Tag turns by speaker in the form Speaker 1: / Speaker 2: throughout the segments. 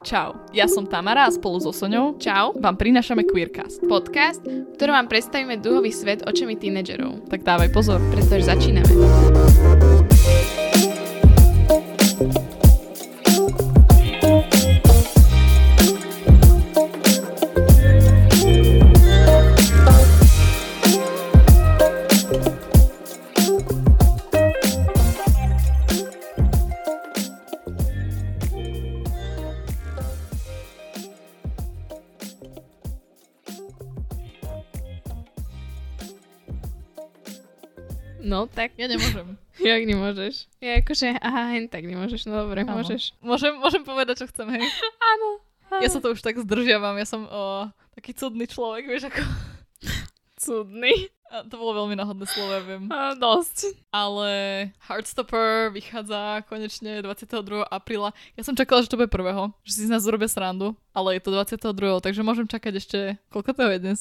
Speaker 1: Čau, ja som Tamara a spolu so Soňou
Speaker 2: Čau,
Speaker 1: vám prinášame Queercast.
Speaker 2: podcast, v ktorom vám predstavíme duhový svet očami tínedžerov.
Speaker 1: Tak dávaj pozor.
Speaker 2: Pretože začíname. No tak,
Speaker 1: Ja nemôžem.
Speaker 2: jak nemôžeš? Ja akože, aha, hen tak nemôžeš, no dobre,
Speaker 1: Áno.
Speaker 2: môžeš.
Speaker 1: Môžem, môžem povedať, čo chcem, hej.
Speaker 2: Áno.
Speaker 1: Ja sa to už tak zdržiavam, ja som o, taký cudný človek, vieš, ako...
Speaker 2: cudný.
Speaker 1: A to bolo veľmi náhodné slovo, ja viem.
Speaker 2: A, dosť.
Speaker 1: Ale Heartstopper vychádza konečne 22. apríla. Ja som čakala, že to bude prvého, že si z nás urobia srandu, ale je to 22. Takže môžem čakať ešte... Koľko to je dnes?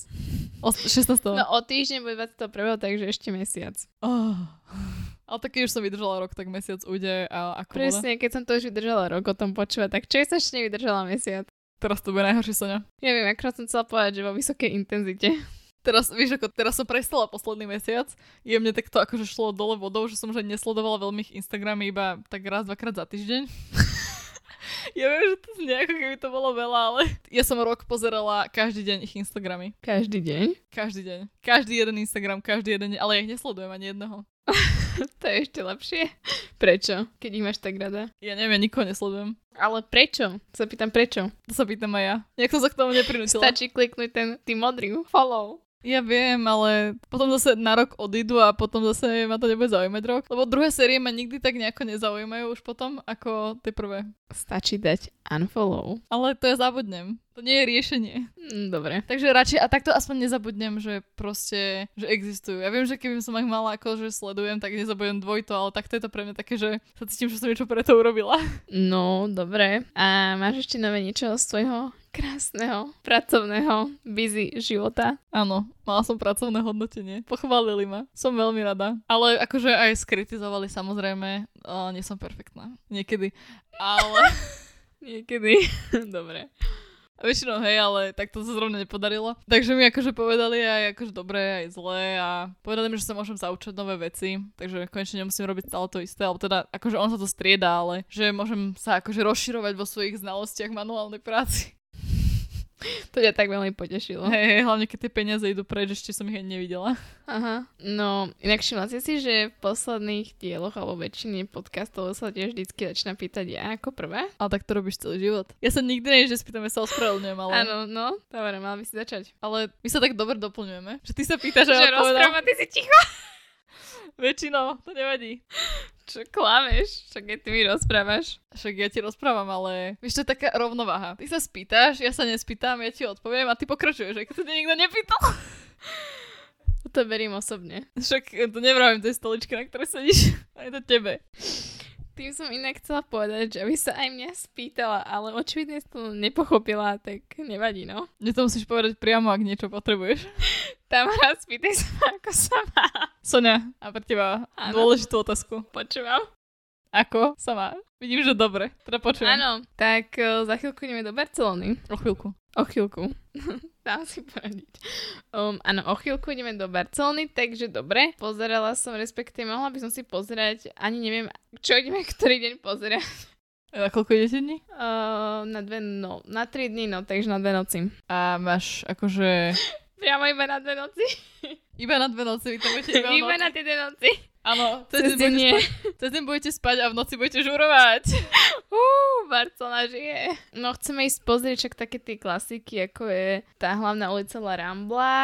Speaker 1: O, 16.
Speaker 2: No o týždeň bude 21. takže ešte mesiac.
Speaker 1: Oh. Ale taký už som vydržala rok, tak mesiac ujde a ako voda.
Speaker 2: Presne, keď som to už vydržala rok o tom počúvať, tak česačne vydržala mesiac.
Speaker 1: Teraz to bude najhoršie, Sonia.
Speaker 2: Ja viem, akorát som chcela povedať, že vo vysokej intenzite.
Speaker 1: Teraz, vieš, ako teraz som prestala posledný mesiac, je mne takto akože šlo dole vodou, že som už aj nesledovala veľmi ich Instagramy iba tak raz, dvakrát za týždeň. ja viem, že to znie ako keby to bolo veľa, ale ja som rok pozerala každý deň ich Instagramy.
Speaker 2: Každý deň.
Speaker 1: Každý deň. Každý jeden Instagram, každý jeden, ale ja ich nesledujem ani jedného.
Speaker 2: To je ešte lepšie. Prečo? Keď ich máš tak rada.
Speaker 1: Ja neviem, ja nikoho nesledujem.
Speaker 2: Ale prečo? Sa pýtam prečo.
Speaker 1: To sa pýtam aj ja. Nejak som sa k tomu neprinútila.
Speaker 2: Stačí kliknúť ten, tým modrý follow.
Speaker 1: Ja viem, ale potom zase na rok odídu a potom zase ma to nebude zaujímať rok. Lebo druhé série ma nikdy tak nejako nezaujímajú už potom ako tie prvé.
Speaker 2: Stačí dať unfollow.
Speaker 1: Ale to ja zabudnem. To nie je riešenie.
Speaker 2: Mm, Dobre.
Speaker 1: Takže radšej, a takto aspoň nezabudnem, že proste, že existujú. Ja viem, že keby som ich mala ako, že sledujem, tak nezabudnem dvojto, ale takto je to pre mňa také, že sa cítim, že som niečo pre to urobila.
Speaker 2: No, dobre. A máš ešte nové niečo z tvojho krásneho, pracovného, busy života?
Speaker 1: Áno, mala som pracovné hodnotenie. Pochválili ma. Som veľmi rada. Ale akože aj skritizovali samozrejme. O, nie som perfektná. Niekedy. Ale...
Speaker 2: Niekedy. dobre.
Speaker 1: A Väčšinou hej, ale tak to sa zrovna nepodarilo. Takže mi akože povedali aj akože dobré, aj zlé a povedali mi, že sa môžem zaučať nové veci, takže konečne nemusím robiť stále to isté, alebo teda akože on sa to strieda, ale že môžem sa akože rozširovať vo svojich znalostiach manuálnej práci.
Speaker 2: To ťa tak veľmi potešilo.
Speaker 1: Hej, hej, hlavne keď tie peniaze idú preč, ešte som ich ani nevidela.
Speaker 2: Aha. No, inak všimla si si, že v posledných dieloch alebo väčšine podcastov sa tiež vždycky začína pýtať ja ako prvá?
Speaker 1: Ale tak to robíš celý život. Ja sa nikdy nie, že spýtam, ja sa ospravedlňujem, ale,
Speaker 2: Áno, no, dobre, mal by si začať.
Speaker 1: ale my sa tak dobre doplňujeme, že ty sa pýtaš, že
Speaker 2: Že
Speaker 1: ja odpovedám.
Speaker 2: rozpráva, ty si ticho.
Speaker 1: Väčšinou, to nevadí.
Speaker 2: Čo klameš? Čo keď ty mi rozprávaš?
Speaker 1: Však ja ti rozprávam, ale vieš, to je taká rovnováha. Ty sa spýtaš, ja sa nespýtam, ja ti odpoviem a ty pokračuješ, ak sa ťa nikto nepýtal.
Speaker 2: No To berím osobne.
Speaker 1: Však e, to nevravím tej stoličke, na ktorej sedíš, aj to tebe.
Speaker 2: Tým som inak chcela povedať, že aby sa aj mňa spýtala, ale očividne som to nepochopila, tak nevadí, no.
Speaker 1: Mne to musíš povedať priamo, ak niečo potrebuješ.
Speaker 2: Tam raz spýtaj sa ma, ako sa má.
Speaker 1: Sonia, a pre teba
Speaker 2: Áno.
Speaker 1: dôležitú otázku.
Speaker 2: Počúvam.
Speaker 1: Ako sa má? Vidím, že dobre. Teda počujem.
Speaker 2: Áno, tak e, za chvíľku ideme do Barcelony.
Speaker 1: O chvíľku.
Speaker 2: O chvíľku. Dám si poradiť. Um, áno, o chvíľku ideme do Barcelony, takže dobre. Pozerala som, respektíve mohla by som si pozerať, ani neviem, čo ideme ktorý deň pozerať.
Speaker 1: E, Na koľko idete dní?
Speaker 2: Uh, na dve, no, na tri dny, no, takže na dve noci.
Speaker 1: A máš akože...
Speaker 2: Priamo iba na dve noci.
Speaker 1: Iba na dve noci, vy tam budete iba,
Speaker 2: iba
Speaker 1: na...
Speaker 2: na tie dve noci.
Speaker 1: Áno, cez
Speaker 2: Cez
Speaker 1: deň, budete
Speaker 2: deň nie.
Speaker 1: spať, cez deň budete spať a v noci budete žurovať.
Speaker 2: Uú, Barcelona žije. No chceme ísť pozrieť však také tie klasiky, ako je tá hlavná ulica La Rambla,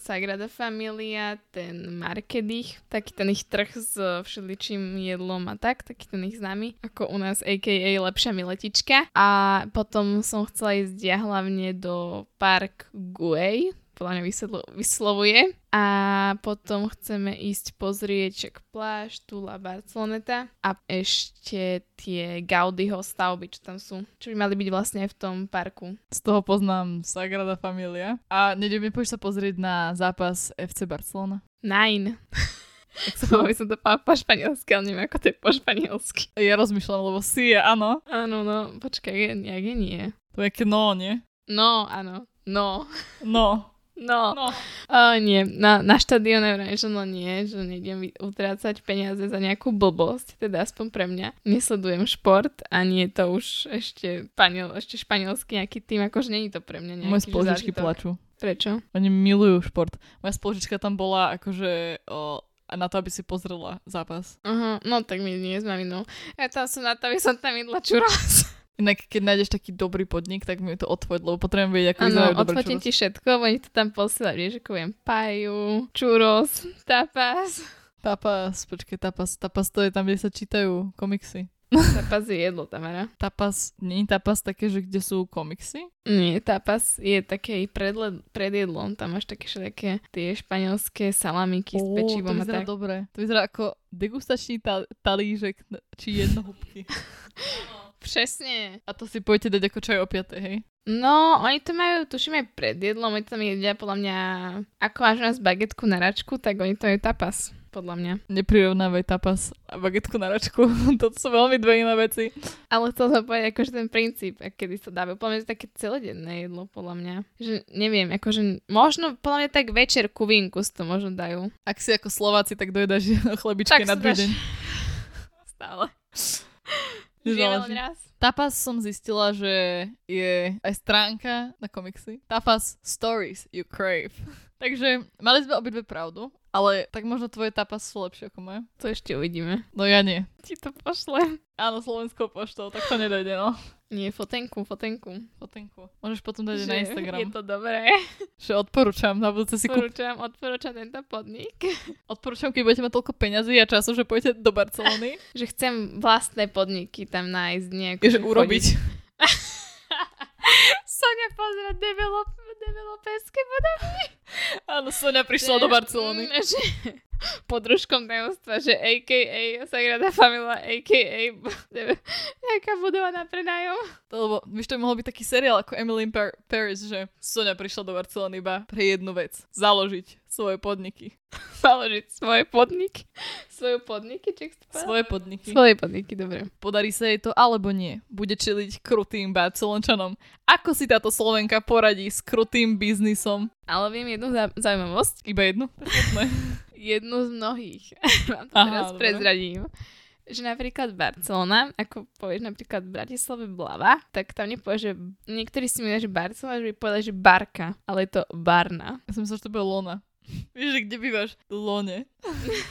Speaker 2: Sagrada Familia, ten Markedich, taký ten ich trh s e, všeličím jedlom a tak, taký ten ich známy, ako u nás a.k.a. lepšia miletička. A potom som chcela ísť ja hlavne do Park Guej, podľa mňa vysvetlo- vyslovuje. A potom chceme ísť pozrieť však pláž, tu La Barceloneta a ešte tie Gaudiho stavby, čo tam sú. Čo by mali byť vlastne aj v tom parku.
Speaker 1: Z toho poznám Sagrada Familia. A nedej mi pôjdeš sa pozrieť na zápas FC Barcelona.
Speaker 2: Nine.
Speaker 1: Jak sa
Speaker 2: Som
Speaker 1: povie?
Speaker 2: by som to povedala po španielsky, ale neviem, ako to je po španielsky.
Speaker 1: ja rozmýšľam, lebo si je, áno.
Speaker 2: Áno, no, počkaj, jak je nie.
Speaker 1: To je keď no, nie?
Speaker 2: No, áno. No.
Speaker 1: No.
Speaker 2: No.
Speaker 1: No.
Speaker 2: O, nie, na, na štadióne vrajím, že no nie, že nejdem vy- utrácať peniaze za nejakú blbosť, teda aspoň pre mňa. Nesledujem šport a nie je to už ešte, španiel, ešte španielský nejaký tým, akože není to pre mňa nejaký
Speaker 1: Moje
Speaker 2: že
Speaker 1: spolužičky
Speaker 2: zážitok.
Speaker 1: plačú.
Speaker 2: Prečo?
Speaker 1: Oni milujú šport. Moja spolužička tam bola akože o, na to, aby si pozrela zápas.
Speaker 2: Aha, no tak my nie sme vinou. Ja tam som na to, aby som tam jedla čuros.
Speaker 1: Inak keď nájdeš taký dobrý podnik, tak mi to odfoť, lebo potrebujem vedieť, ako vyzerajú
Speaker 2: Áno,
Speaker 1: dobre
Speaker 2: odfotím ti všetko, oni to tam posielajú, vieš, ako viem, paju, čuros, tapas.
Speaker 1: Tapas, počkej, tapas. Tapas to je tam, kde sa čítajú komiksy.
Speaker 2: Tapas je jedlo, Tamara.
Speaker 1: Tapas, nie je tapas také, že kde sú komiksy?
Speaker 2: Nie, tapas je také i pred, led- pred jedlom, tam máš také všelijaké tie španielské salamiky s
Speaker 1: Ó, to
Speaker 2: pečivom a
Speaker 1: vyzerá
Speaker 2: tak.
Speaker 1: dobre. To vyzerá ako degustačný ta- talížek na- či jednohúbky.
Speaker 2: Presne.
Speaker 1: A to si pojete dať ako čaj o 5, hej?
Speaker 2: No, oni to majú, tuším aj pred jedlom, oni to tam jedia podľa mňa, ako až nás bagetku na račku, tak oni to majú tapas, podľa mňa.
Speaker 1: Neprirovnávaj tapas a bagetku na račku. to sú veľmi dve iné veci.
Speaker 2: Ale to som povedať akože ten princíp, a kedy sa dá. Podľa mňa to je také celodenné jedlo, podľa mňa. Že neviem, akože možno, podľa mňa tak večer ku vínku si to možno dajú.
Speaker 1: Ak si ako Slováci, tak dojedáš chlebičky
Speaker 2: Tak
Speaker 1: na
Speaker 2: si
Speaker 1: druhý
Speaker 2: dáš-
Speaker 1: deň.
Speaker 2: Stále. Žijeme
Speaker 1: Nezáleží.
Speaker 2: len raz.
Speaker 1: Tapas som zistila, že je aj stránka na komiksy. Tapas Stories You Crave. Takže mali sme obidve pravdu, ale tak možno tvoje tapas sú lepšie ako moje.
Speaker 2: To ešte uvidíme.
Speaker 1: No ja nie.
Speaker 2: Ti to pošlem.
Speaker 1: Áno, slovenskou poštou, tak to nedojde, no.
Speaker 2: Nie, fotenku, fotenku.
Speaker 1: Potenku. Môžeš potom dať aj na
Speaker 2: Že
Speaker 1: Instagram.
Speaker 2: Je to dobré.
Speaker 1: Že odporúčam, na budúce si kúp...
Speaker 2: Odporúčam, odporúčam tento podnik.
Speaker 1: Odporúčam, keď budete mať toľko peňazí a času, že pôjdete do Barcelony.
Speaker 2: Že chcem vlastné podniky tam nájsť nejako.
Speaker 1: Vieš,
Speaker 2: že
Speaker 1: urobiť.
Speaker 2: chodiť. Sonia pozera develop, developerské podniky.
Speaker 1: Áno, Sonia prišla do Barcelony.
Speaker 2: Mm, že podružkom tajomstva, že a.k.a. Sagrada Familia, a.k.a. deve- nejaká budova na prenájom.
Speaker 1: To, lebo, vieš, to by mohol byť taký seriál ako Emily in Par- Paris, že Sonia prišla do Barcelony iba pre jednu vec. Založiť svoje podniky.
Speaker 2: Založiť svoje podniky. Svoje podniky, či ak si to povedala?
Speaker 1: Svoje podniky.
Speaker 2: Svoje podniky, dobre.
Speaker 1: Podarí sa jej to alebo nie. Bude čeliť krutým barcelončanom. Ako si táto Slovenka poradí s krutým biznisom?
Speaker 2: Ale viem jednu zau- zaujímavosť.
Speaker 1: Iba jednu? To je smutné.
Speaker 2: jednu z mnohých. Vám to
Speaker 1: Aha,
Speaker 2: teraz
Speaker 1: dobre.
Speaker 2: prezradím. Že napríklad Barcelona, ako povieš napríklad v Bratislave Blava, tak tam nepovieš, že niektorí si myslia, že Barcelona, že by povedali, že Barka, ale je to Barna.
Speaker 1: ja som myslela, že to bude Lona. Vieš, že kde bývaš? Lone.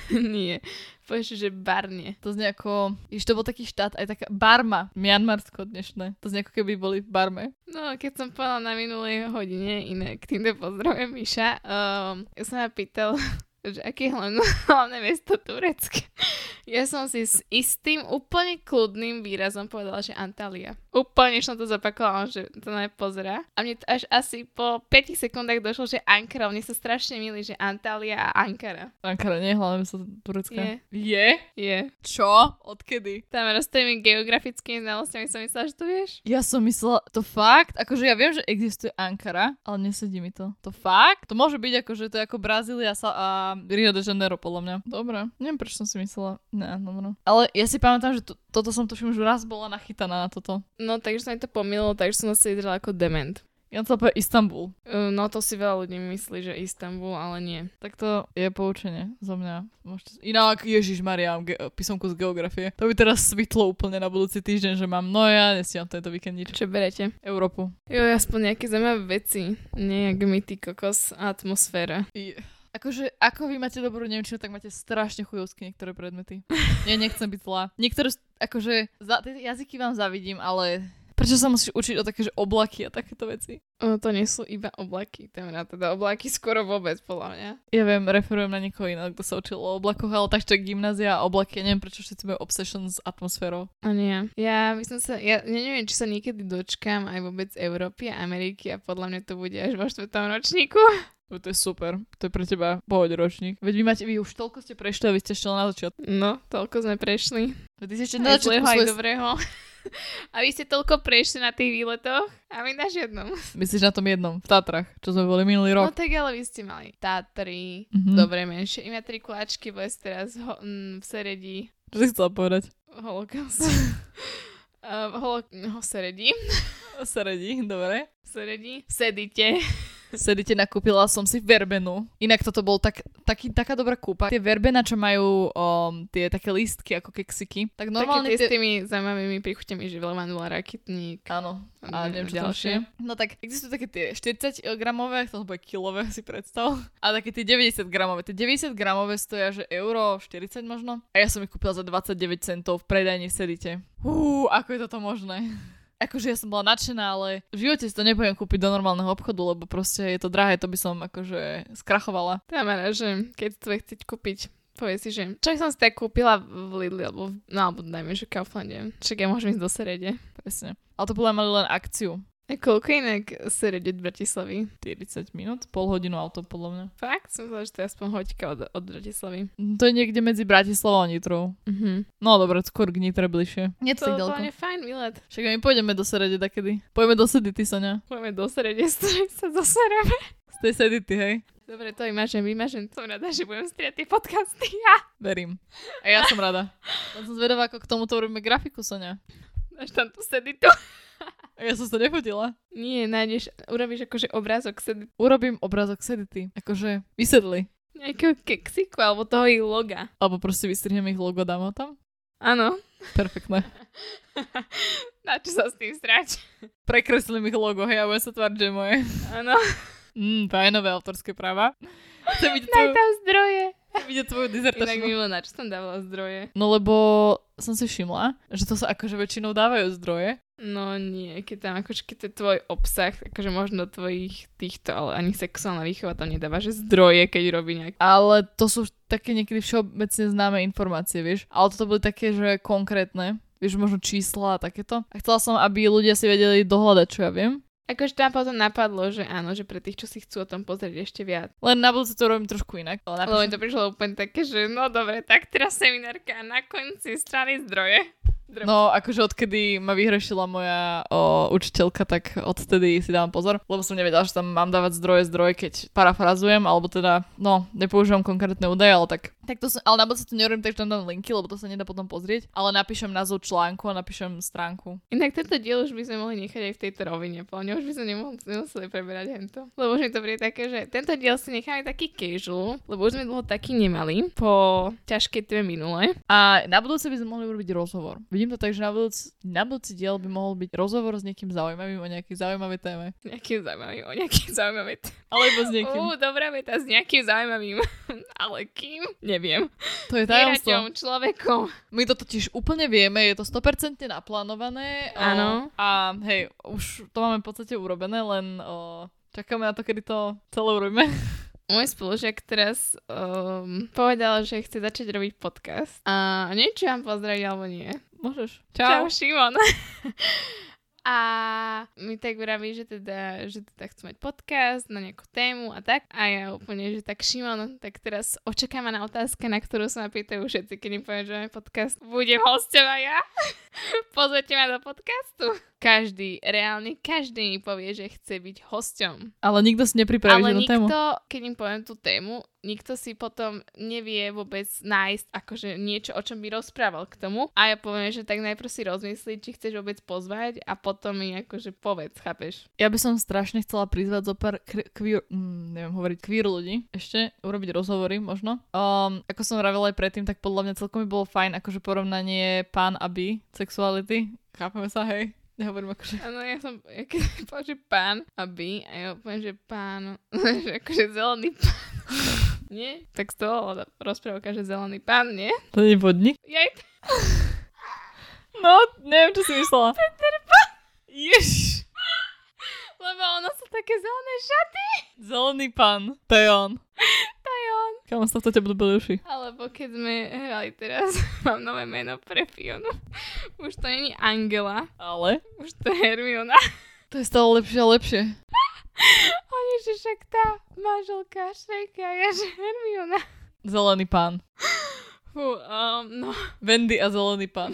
Speaker 2: Nie, povieš, že Barne.
Speaker 1: To znie ako... Jež to bol taký štát, aj taká Barma. Mianmarsko dnešné. To znie ako keby boli v Barme.
Speaker 2: No, keď som povedala na minulej hodine, inak týmto pozdravujem Miša, um, ja som ma pýtal, že aké je hlavné, hlavné mesto Turecka. Ja som si s istým úplne kľudným výrazom povedala, že Antalya. Úplne som to zopakovala, že to nepozerá. A mne to až asi po 5 sekundách došlo, že Ankara. Mne sa strašne milí, že Antalya a Ankara.
Speaker 1: Ankara, nie? Hlavne sa
Speaker 2: Je.
Speaker 1: Turecka. Je?
Speaker 2: Je.
Speaker 1: Čo? Odkedy?
Speaker 2: Tam s tými geografickými znalostiami som myslela, že to vieš.
Speaker 1: Ja som myslela, to fakt, akože ja viem, že existuje Ankara, ale nesedí mi to. To fakt? To môže byť akože to je ako Brazília sa a Rio de Janeiro, podľa mňa. Dobre, neviem prečo som si myslela. Ne, dobro. Ale ja si pamätám, že to, toto som tuším, že raz bola nachytaná na toto.
Speaker 2: No, takže sa mi to pomýlilo, takže som sa vyzerala ako dement.
Speaker 1: Ja to povedať Istanbul.
Speaker 2: Uh, No to si veľa ľudí myslí, že Istanbul, ale nie.
Speaker 1: Tak to je poučenie zo mňa. Môžete... Inak, Ježiš Maria, ge- písomku z geografie. To by teraz svitlo úplne na budúci týždeň, že mám, no ja nestíham tento víkend nič.
Speaker 2: Čo berete?
Speaker 1: Európu.
Speaker 2: Jo, aspoň nejaké zaujímavé veci. Nie, jak my ty kokos, atmosféra.
Speaker 1: I... Akože, ako vy máte dobrú nemčinu, tak máte strašne chujovské niektoré predmety. Ja nechcem byť zlá. Niektoré, s- akože, za, tie jazyky vám zavidím, ale prečo sa musíš učiť o také, že oblaky a takéto veci?
Speaker 2: O, to nie sú iba oblaky, tam na teda oblaky skoro vôbec, podľa mňa.
Speaker 1: Ja viem, referujem na niekoho iného, kto sa učil o oblakoch, ale takto gymnázia a oblaky, ja neviem, prečo všetci majú obsession s atmosférou.
Speaker 2: A nie. Ja by som sa, ja, ja neviem, či sa niekedy dočkam aj vôbec Európy a Ameriky a podľa mňa to bude až vo štvrtom ročníku.
Speaker 1: No, To je super, to je pre teba pohoď ročník. Veď vy máte, vy už toľko ste prešli a vy ste ešte len na začiatku.
Speaker 2: No, toľko sme prešli.
Speaker 1: Veď Ty ste ešte na
Speaker 2: Aj
Speaker 1: začiatku
Speaker 2: zlého, aj
Speaker 1: svoje...
Speaker 2: dobrého. A vy ste toľko prešli na tých výletoch a my na žiadnom.
Speaker 1: Myslíš na tom jednom, v Tatrach, čo sme boli minulý rok.
Speaker 2: No tak ale vy ste mali Tatry,
Speaker 1: Mhm.
Speaker 2: dobre menšie. Ima tri kláčky, bo je teraz ho, mm, v Seredi
Speaker 1: Čo si chcela povedať?
Speaker 2: holokaust. Uh, holo, ho sredí.
Speaker 1: Sredí, dobre.
Speaker 2: Sredí. Sedíte.
Speaker 1: Sedíte, nakúpila som si verbenu. Inak toto bol tak, taký, taká dobrá kúpa. Tie verbena, čo majú um, tie také lístky ako keksiky, tak normálne
Speaker 2: Normálne Také tie s
Speaker 1: tie...
Speaker 2: tými zaujímavými príchuťami, že veľa mandula, rakitník.
Speaker 1: Áno, a neviem čo
Speaker 2: Ďalšie.
Speaker 1: ďalšie. No tak existujú také tie 40 gramové, to bude kilové si predstav, a také tie 90 gramové. Tie 90 gramové stoja, že euro 40 možno. A ja som ich kúpila za 29 centov v predajni sedíte. Hú, ako je toto možné? Akože ja som bola nadšená, ale v živote si to nepôjdem kúpiť do normálneho obchodu, lebo proste je to drahé, to by som akože skrachovala.
Speaker 2: Tamara, že keď to chceť kúpiť, povie si, že čo som si tak kúpila v Lidli, alebo, v- no, alebo dajme, že Kauflande. Však ja môžem ísť do Serede.
Speaker 1: Presne. Ale to podľa mali len akciu.
Speaker 2: A koľko inak Serede od Bratislavy?
Speaker 1: 40 minút, pol hodinu auto podľa mňa.
Speaker 2: Fakt? Som myslela, že to je aspoň hoďka od, od Bratislavy.
Speaker 1: Mm, To je niekde medzi Bratislavou a Nitrou.
Speaker 2: Mhm.
Speaker 1: No dobre, skôr k Nitre bližšie. Nie
Speaker 2: To bol úplne fajn výlet.
Speaker 1: Však my pôjdeme do Serede takedy. Pôjdeme do Sedity, Sonia.
Speaker 2: Pôjdeme do Serede, z ktorej sa zosereme.
Speaker 1: Z tej Sedity, hej.
Speaker 2: Dobre, to imažem, vymažem. Som rada, že budem striať tie podcasty. Ja.
Speaker 1: Verím. A ja som rada. Len som zvedavá, ako k tomuto robíme grafiku, Sonia.
Speaker 2: Až tam tu sedí tu.
Speaker 1: A ja som sa nefotila.
Speaker 2: Nie, nájdeš, urobíš akože obrázok sedí
Speaker 1: Urobím obrázok Sedity. Akože vysedli.
Speaker 2: nejakého keksiku alebo toho ich loga.
Speaker 1: Alebo proste vystrihnem ich logo, dám ho tam.
Speaker 2: Áno.
Speaker 1: Perfektné.
Speaker 2: Na čo sa s tým stráť?
Speaker 1: Prekreslím ich logo, hej, a budem sa tváriť, že je moje.
Speaker 2: Áno.
Speaker 1: Mm, fajnové autorské práva. Chcem vidieť
Speaker 2: Daj
Speaker 1: tvoju,
Speaker 2: tam zdroje.
Speaker 1: chcem vidieť tvoju
Speaker 2: Inak
Speaker 1: dizertačnú
Speaker 2: mimo, na čo som dávala zdroje?
Speaker 1: No lebo som si všimla, že to sa akože väčšinou dávajú zdroje.
Speaker 2: No nie, keď tam akože keď to je tvoj obsah, akože možno tvojich týchto, ale ani sexuálna výchova tam nedáva, že zdroje, keď robí nejak.
Speaker 1: Ale to sú také niekedy všeobecne známe informácie, vieš. Ale toto boli také, že konkrétne. Vieš, možno čísla a takéto. A chcela som, aby ľudia si vedeli dohľadať, čo ja viem.
Speaker 2: Akože tam potom napadlo, že áno, že pre tých, čo si chcú o tom pozrieť ešte viac.
Speaker 1: Len na budúce to robím trošku inak. Ale
Speaker 2: Lebo mi
Speaker 1: napíšem,
Speaker 2: to prišlo úplne také, že no dobre, tak teraz seminárka a na konci strany zdroje. Drb.
Speaker 1: No, akože odkedy ma vyhrešila moja o, učiteľka, tak odtedy si dávam pozor, lebo som nevedela, že tam mám dávať zdroje, zdroje, keď parafrazujem, alebo teda, no, nepoužívam konkrétne údaje, ale tak. tak to som, ale na budúce to nerobím, takže tam dám linky, lebo to sa nedá potom pozrieť, ale napíšem názov článku a napíšem stránku.
Speaker 2: Inak tento diel už by sme mohli nechať aj v tejto rovine, po už by sme nemohli, nemuseli preberať hento. Lebo už mi to príde také, že tento diel si necháme taký casual, lebo už sme dlho taký nemali po ťažkej téme minule.
Speaker 1: A na budúce by sme mohli urobiť rozhovor. Vidím to tak, že na budúci, na budúci diel by mohol byť rozhovor s niekým zaujímavým o nejakej zaujímavej téme.
Speaker 2: Nejakým zaujímavým, o nejakým zaujímavým.
Speaker 1: Alebo s niekým.
Speaker 2: Ú, dobrá veta s nejakým zaujímavým. Ale kým? Neviem.
Speaker 1: To je tajomstvo.
Speaker 2: Vieraťom, človekom.
Speaker 1: My to totiž úplne vieme, je to 100% naplánované. o,
Speaker 2: Áno.
Speaker 1: A hej, už to máme v podstate urobené, len o, čakáme na to, kedy to celé urobíme.
Speaker 2: Môj spolužiak teraz um, povedal, že chce začať robiť podcast. A neviem, či vám pozdraviť alebo nie.
Speaker 1: Môžeš.
Speaker 2: Čau,
Speaker 1: Čau.
Speaker 2: Šimon. A mi tak vraví, že teda, že teda chcú mať podcast na nejakú tému a tak. A ja úplne, že tak Šimon, tak teraz očakáva na otázka, na ktorú sa ma pýtajú všetci, keď im poviem, že máme podcast. Budem hostom aj ja. Pozvete ma do podcastu. Každý, reálne každý mi povie, že chce byť hosťom.
Speaker 1: Ale nikto si nepripraví
Speaker 2: Ale
Speaker 1: žiadnu
Speaker 2: nikto,
Speaker 1: tému.
Speaker 2: keď im poviem tú tému, nikto si potom nevie vôbec nájsť akože niečo, o čom by rozprával k tomu. A ja poviem, že tak najprv si rozmyslí, či chceš vôbec pozvať a potom mi akože povedz, chápeš?
Speaker 1: Ja by som strašne chcela prizvať zo pár kr- queer, mm, neviem hovoriť, queer ľudí ešte, urobiť rozhovory možno. Um, ako som vravila aj predtým, tak podľa mňa celkom by bolo fajn akože porovnanie pán a bi, sexuality. Chápeme sa, hej? Nehovorím akože
Speaker 2: Áno, ja som, ja keď mi povedal, že pán a by, a ja poviem, že pán, že akože zelený pán. Nie? Tak z toho rozprávka, že zelený pán, nie?
Speaker 1: To nie je podnik?
Speaker 2: Jaj,
Speaker 1: No, neviem, čo si myslela. Peter Pan! Ježiš!
Speaker 2: lebo ono sú také zelené šaty.
Speaker 1: Zelený pán. To je on.
Speaker 2: To je on.
Speaker 1: Kam sa to tebe boli uši.
Speaker 2: Alebo keď sme hrali teraz, mám nové meno pre Fionu. Už to není Angela,
Speaker 1: Ale?
Speaker 2: už to je Hermiona.
Speaker 1: To je stále lepšie a lepšie.
Speaker 2: Oni, že však tá manželka Šreka je že Hermiona.
Speaker 1: Zelený pán.
Speaker 2: Fú, um, no,
Speaker 1: Wendy a zelený pán.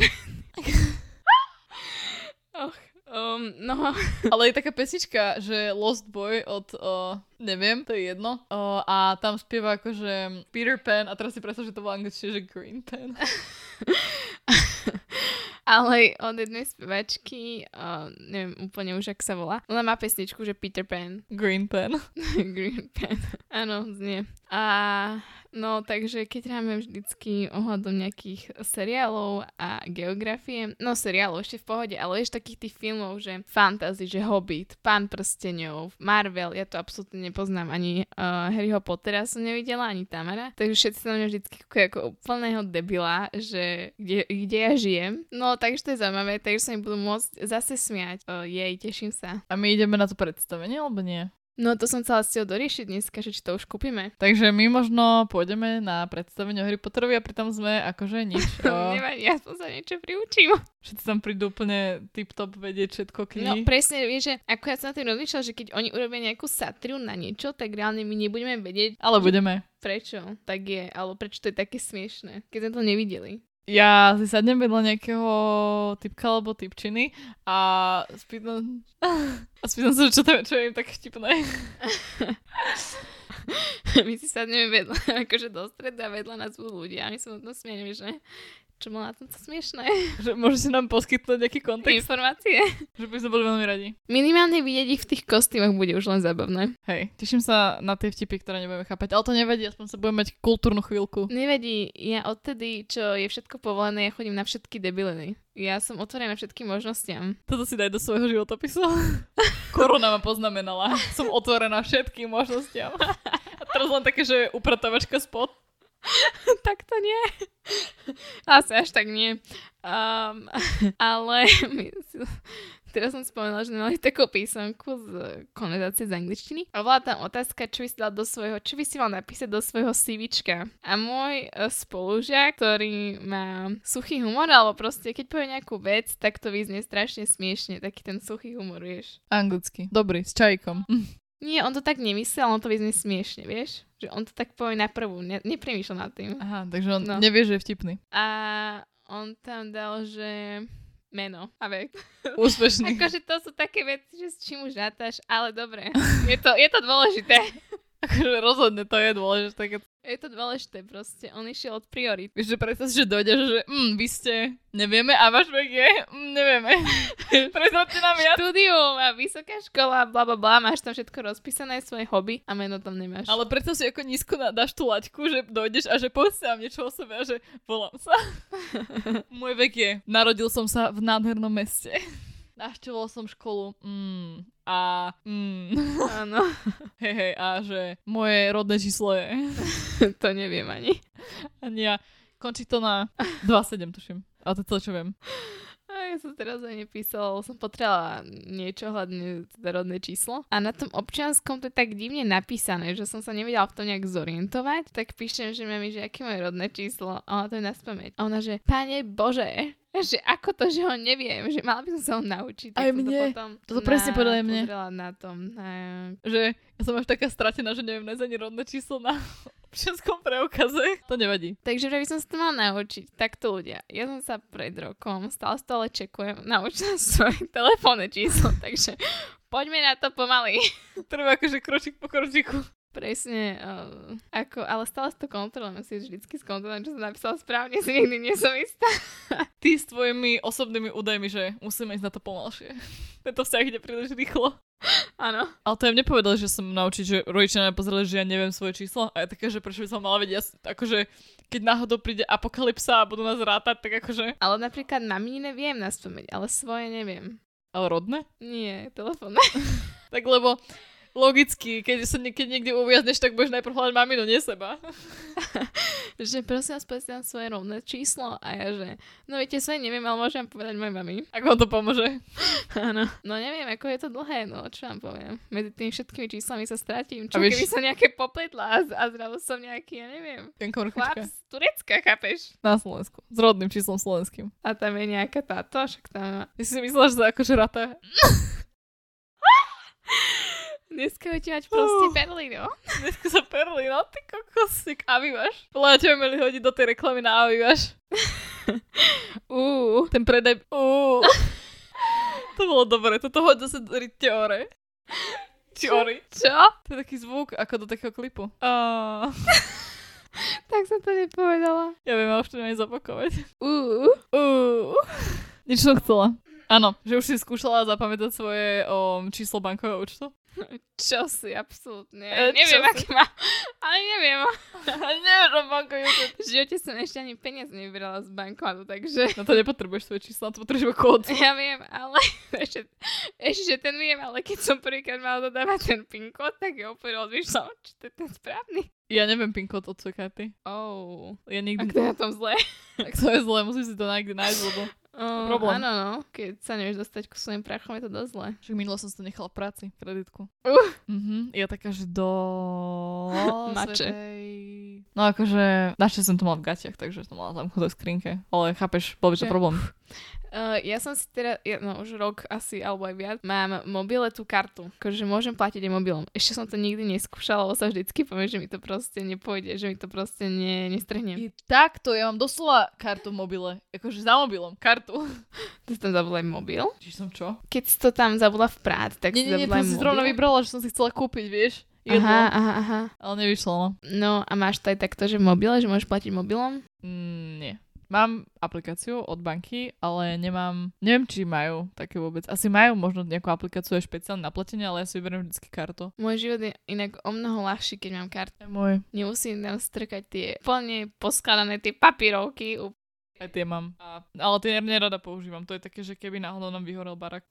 Speaker 2: och, um, no.
Speaker 1: Ale je taká pesnička, že Lost Boy od, o, neviem, to je jedno. O, a tam spieva akože Peter Pan a teraz si predstav, že to bolo angličtine, že Green Pan.
Speaker 2: ale od jednej spevačky, uh, neviem úplne už, ak sa volá. Ona má pesničku, že Peter Pan.
Speaker 1: Green pen.
Speaker 2: Green Pan. Áno, znie. A no, takže keď hráme vždycky ohľadom nejakých seriálov a geografie, no seriálov ešte v pohode, ale ešte takých tých filmov, že fantasy, že Hobbit, Pán prstenov, Marvel, ja to absolútne nepoznám, ani uh, Harryho Pottera som nevidela, ani Tamara, takže všetci sa na mňa vždycky kúkajú ako úplného debila, že kde, kde ja žijem. No, takže to je zaujímavé, takže sa mi budú môcť zase smiať. Uh, jej, teším sa.
Speaker 1: A my ideme na to predstavenie, alebo nie?
Speaker 2: No to som chcela s tebou doriešiť dneska, že či to už kúpime.
Speaker 1: Takže my možno pôjdeme na predstavenie o Harry Potterovi a pritom sme akože nič.
Speaker 2: To...
Speaker 1: O...
Speaker 2: Nevadí, aspoň sa niečo priučím.
Speaker 1: Všetci tam prídu úplne tip-top vedieť všetko
Speaker 2: No
Speaker 1: knihy.
Speaker 2: presne, vieš, že ako ja som na tým rozmýšľala, že keď oni urobia nejakú satriu na niečo, tak reálne my nebudeme vedieť,
Speaker 1: Ale budeme.
Speaker 2: prečo tak je, alebo prečo to je také smiešné, keď sme to nevideli.
Speaker 1: Ja si sadnem vedľa nejakého typka alebo typčiny a spýtam, a spýtam sa, že čo, tam, čo je im tak vtipné.
Speaker 2: my si sadneme vedľa, akože do stredu a vedľa nás budú ľudia a my sa na tom smieme, že čo má na tom to smiešné
Speaker 1: Že môžete nám poskytnúť nejaký kontext,
Speaker 2: informácie.
Speaker 1: že by sme boli veľmi radi.
Speaker 2: Minimálne vidieť ich v tých kostýmoch bude už len zabavné.
Speaker 1: Hej, teším sa na tie vtipy, ktoré nebudeme chápať, ale to nevadí, aspoň sa budeme mať kultúrnu chvíľku.
Speaker 2: Nevedí, ja odtedy, čo je všetko povolené, ja chodím na všetky debiliny. Ja som otvorená všetkým možnostiam.
Speaker 1: Toto si daj do svojho životopisu. Korona ma poznamenala. Som otvorená všetkým možnostiam. A teraz len také, že upratovačka spod.
Speaker 2: tak to nie. Asi až tak nie. Um, ale my, teraz som spomenula, že sme mali takú písomku z konverzácie z angličtiny. A bola tam otázka, čo by si dal do svojho, čo by si mal napísať do svojho CVčka. A môj e, spolužiak, ktorý má suchý humor, alebo proste keď povie nejakú vec, tak to vyznie strašne smiešne, taký ten suchý humor, vieš.
Speaker 1: Anglicky. Dobrý, s Hm. čajkom.
Speaker 2: Nie, on to tak nemyslel, on to vyznie smiešne, vieš. Že on to tak povie na prvú, ne, nepremýšľa nad tým.
Speaker 1: Aha, takže on
Speaker 2: No.
Speaker 1: nevie, že je vtipný.
Speaker 2: A on tam dal, že meno a vek.
Speaker 1: Úspešný.
Speaker 2: Akože to sú také veci, že s čím už natáš, ale dobre. Je to, je to dôležité.
Speaker 1: Akože rozhodne to je dôležité. Keď...
Speaker 2: Je to dôležité proste. On išiel od priorit.
Speaker 1: Vieš, že predstav si, že dojde, že mm, vy ste, nevieme, a váš vek je, mm, nevieme. Prezradte nám viac.
Speaker 2: Štúdium a vysoká škola, bla bla bla, máš tam všetko rozpísané, svoje hobby a meno tam nemáš.
Speaker 1: Ale predstav si, ako nízko na- dáš tú laťku, že dojdeš a že povedz nám niečo o sebe a že volám sa. Môj vek je, narodil som sa v nádhernom meste. Navštevoval som školu mm, a mm,
Speaker 2: Áno,
Speaker 1: hej, hej, a že moje rodné číslo je.
Speaker 2: to neviem ani.
Speaker 1: A nie, končí to na 2,7 tuším. A to je to, čo viem.
Speaker 2: A ja som teraz aj nepísala, lebo som potrebovala niečo hľadne teda rodné číslo. A na tom občianskom to je tak divne napísané, že som sa nevedela v tom nejak zorientovať. Tak píšem, že mami, že aké moje rodné číslo. A ona to je na spameť. A ona, že pane Bože, že ako to, že ho neviem, že mala by som sa ho naučiť. Tak
Speaker 1: Aj
Speaker 2: som
Speaker 1: mne.
Speaker 2: To potom
Speaker 1: Toto presne povedal aj mne.
Speaker 2: pozrela na tom. Na...
Speaker 1: že ja som až taká stratená, že neviem nájsť ani rodné číslo na občianskom preukaze. To nevadí.
Speaker 2: Takže vraj by som sa to mala naučiť. Takto ľudia. Ja som sa pred rokom stále stále čekujem. Naučila som svoje telefónne číslo. Takže poďme na to pomaly.
Speaker 1: Treba akože kročík po kročíku.
Speaker 2: Presne, uh, ako, ale stále si to kontrolujem, ja si vždycky skontrolujem, čo som napísala správne, si nikdy nie som istá.
Speaker 1: Ty s tvojimi osobnými údajmi, že musíme ísť na to pomalšie. Tento vzťah ide príliš rýchlo.
Speaker 2: Áno.
Speaker 1: Ale to ja mne povedali, že som naučiť, že rodičia na mňa pozreli, že ja neviem svoje číslo. A ja také, že prečo by som mala vedieť, ja, s- akože keď náhodou príde apokalypsa a budú nás rátať, tak akože...
Speaker 2: Ale napríklad maminine viem naspomeť, ale svoje neviem.
Speaker 1: Ale rodné?
Speaker 2: Nie, telefónne.
Speaker 1: Tak lebo logicky, keď sa nie, keď niekde uviazneš, tak budeš najprv hľadať maminu, nie seba.
Speaker 2: že prosím vás, povedzte nám svoje rovné číslo a ja že, no viete, svoje neviem, ale môžem vám povedať mojej mami.
Speaker 1: Ako vám to pomôže?
Speaker 2: Áno. No neviem, ako je to dlhé, no čo vám poviem. Medzi tými všetkými číslami sa stratím.
Speaker 1: A
Speaker 2: Čo
Speaker 1: vieš-
Speaker 2: keby som nejaké popletla a, a zrazu som nejaký, ja neviem,
Speaker 1: Ten komrchučka.
Speaker 2: chlap z Turecka, chápeš?
Speaker 1: Na Slovensku. S rodným číslom slovenským.
Speaker 2: A tam je nejaká táto, však tam
Speaker 1: Ty si myslela, že to akože rata.
Speaker 2: Dneska budete mať proste no?
Speaker 1: Uh.
Speaker 2: perlinu.
Speaker 1: Dneska sa perli, no ty kokosík. Avivaš. Podľa teba mali hodiť do tej reklamy na Avivaš.
Speaker 2: Uú.
Speaker 1: Ten predaj... Uú. to bolo dobre. Toto hoď zase do ri- teore. Teori.
Speaker 2: Čo?
Speaker 1: To je taký zvuk, ako do takého klipu. Uh,
Speaker 2: Tak som to nepovedala.
Speaker 1: ja viem, ale už to neviem zapakovať.
Speaker 2: Uú.
Speaker 1: Uú. Nič som chcela. Áno, že už si skúšala zapamätať svoje o, číslo bankového účtu.
Speaker 2: Čo si, absolútne.
Speaker 1: E,
Speaker 2: neviem,
Speaker 1: čo si?
Speaker 2: aký má. Ale neviem.
Speaker 1: Neviem o bankový účet.
Speaker 2: V živote som ešte ani peniaz nevybrala z bankomatu, takže...
Speaker 1: Na No to nepotrebuješ svoje číslo, na to potrebuješ iba kód.
Speaker 2: Ja viem, ale ešte, ešte že ten viem, ale keď som prvýkrát mala dodávať ten PIN kód, tak je opäť odmýšľam, či to je ten správny.
Speaker 1: Ja neviem pin kód od svojej karty.
Speaker 2: Oh,
Speaker 1: Ja
Speaker 2: a
Speaker 1: nikdy...
Speaker 2: kto je na tom zle?
Speaker 1: Tak to je zle, musím si to niekde nájsť, lebo...
Speaker 2: Oh,
Speaker 1: Problém.
Speaker 2: Áno, no. Keď sa nevieš dostať ku svojim prachom, je to dosť zle.
Speaker 1: Však minulo som si to nechala v práci, kreditku.
Speaker 2: Uh.
Speaker 1: Mhm, ja taká, že do...
Speaker 2: Mače.
Speaker 1: svetej. No akože, našťastie som to mala v gatiach, takže som mala zamknuté v skrinke. Ale chápeš, bol by to
Speaker 2: Ja.
Speaker 1: problém.
Speaker 2: Uh, ja som si teraz, ja, no už rok asi, alebo aj viac, mám mobile tú kartu. Akože môžem platiť aj mobilom. Ešte som to nikdy neskúšala, lebo sa vždycky poviem, že mi to proste nepôjde, že mi to proste ne, nestrhnem.
Speaker 1: I takto, ja mám doslova kartu v mobile. Akože za mobilom, kartu.
Speaker 2: Ty si tam zabudla aj mobil?
Speaker 1: Čiže som čo?
Speaker 2: Keď si to tam zabudla v prát, tak
Speaker 1: Nie,
Speaker 2: si
Speaker 1: nie, nie, to
Speaker 2: zabudla
Speaker 1: som
Speaker 2: aj
Speaker 1: si
Speaker 2: mobil?
Speaker 1: zrovna vybrala, že som si chcela kúpiť, vieš?
Speaker 2: aha,
Speaker 1: Jedlo,
Speaker 2: aha, aha.
Speaker 1: ale nevyšlo, no.
Speaker 2: No a máš to aj takto, že v mobile, že môžeš platiť mobilom?
Speaker 1: Mm, nie. Mám aplikáciu od banky, ale nemám, neviem, či majú také vôbec. Asi majú možno nejakú aplikáciu aj špeciálne na platenie, ale ja si vyberiem vždycky kartu.
Speaker 2: Môj život je inak o mnoho ľahší, keď mám kartu.
Speaker 1: Aj môj.
Speaker 2: Nemusím tam strkať tie plne poskladané tie papírovky. U-
Speaker 1: Aj tie mám. A, ale tie nerada používam. To je také, že keby náhodou nám vyhorel barak.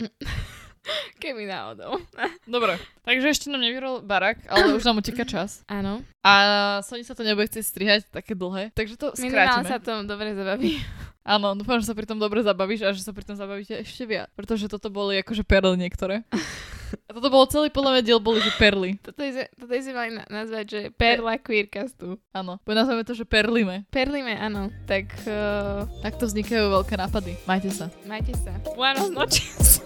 Speaker 2: Keby náhodou.
Speaker 1: Dobre, takže ešte nám nevyhorel barak, ale už nám uteká čas.
Speaker 2: Áno.
Speaker 1: A Sony sa to nebude chcieť strihať také dlhé, takže to skrátime.
Speaker 2: Minimálne sa to dobre zabaví.
Speaker 1: Áno, dúfam, že sa pri tom dobre zabavíš a že sa pri tom zabavíte ešte viac, pretože toto boli akože perly niektoré. A toto bolo celý podľa mňa diel, boli že perly.
Speaker 2: Toto je, toto je mali na- nazvať, že perla queercastu.
Speaker 1: Áno, poď nazveme to, že perlíme.
Speaker 2: Perlime, áno. Tak uh,
Speaker 1: Takto vznikajú veľké nápady. Majte sa.
Speaker 2: majte sa. Buenos noches.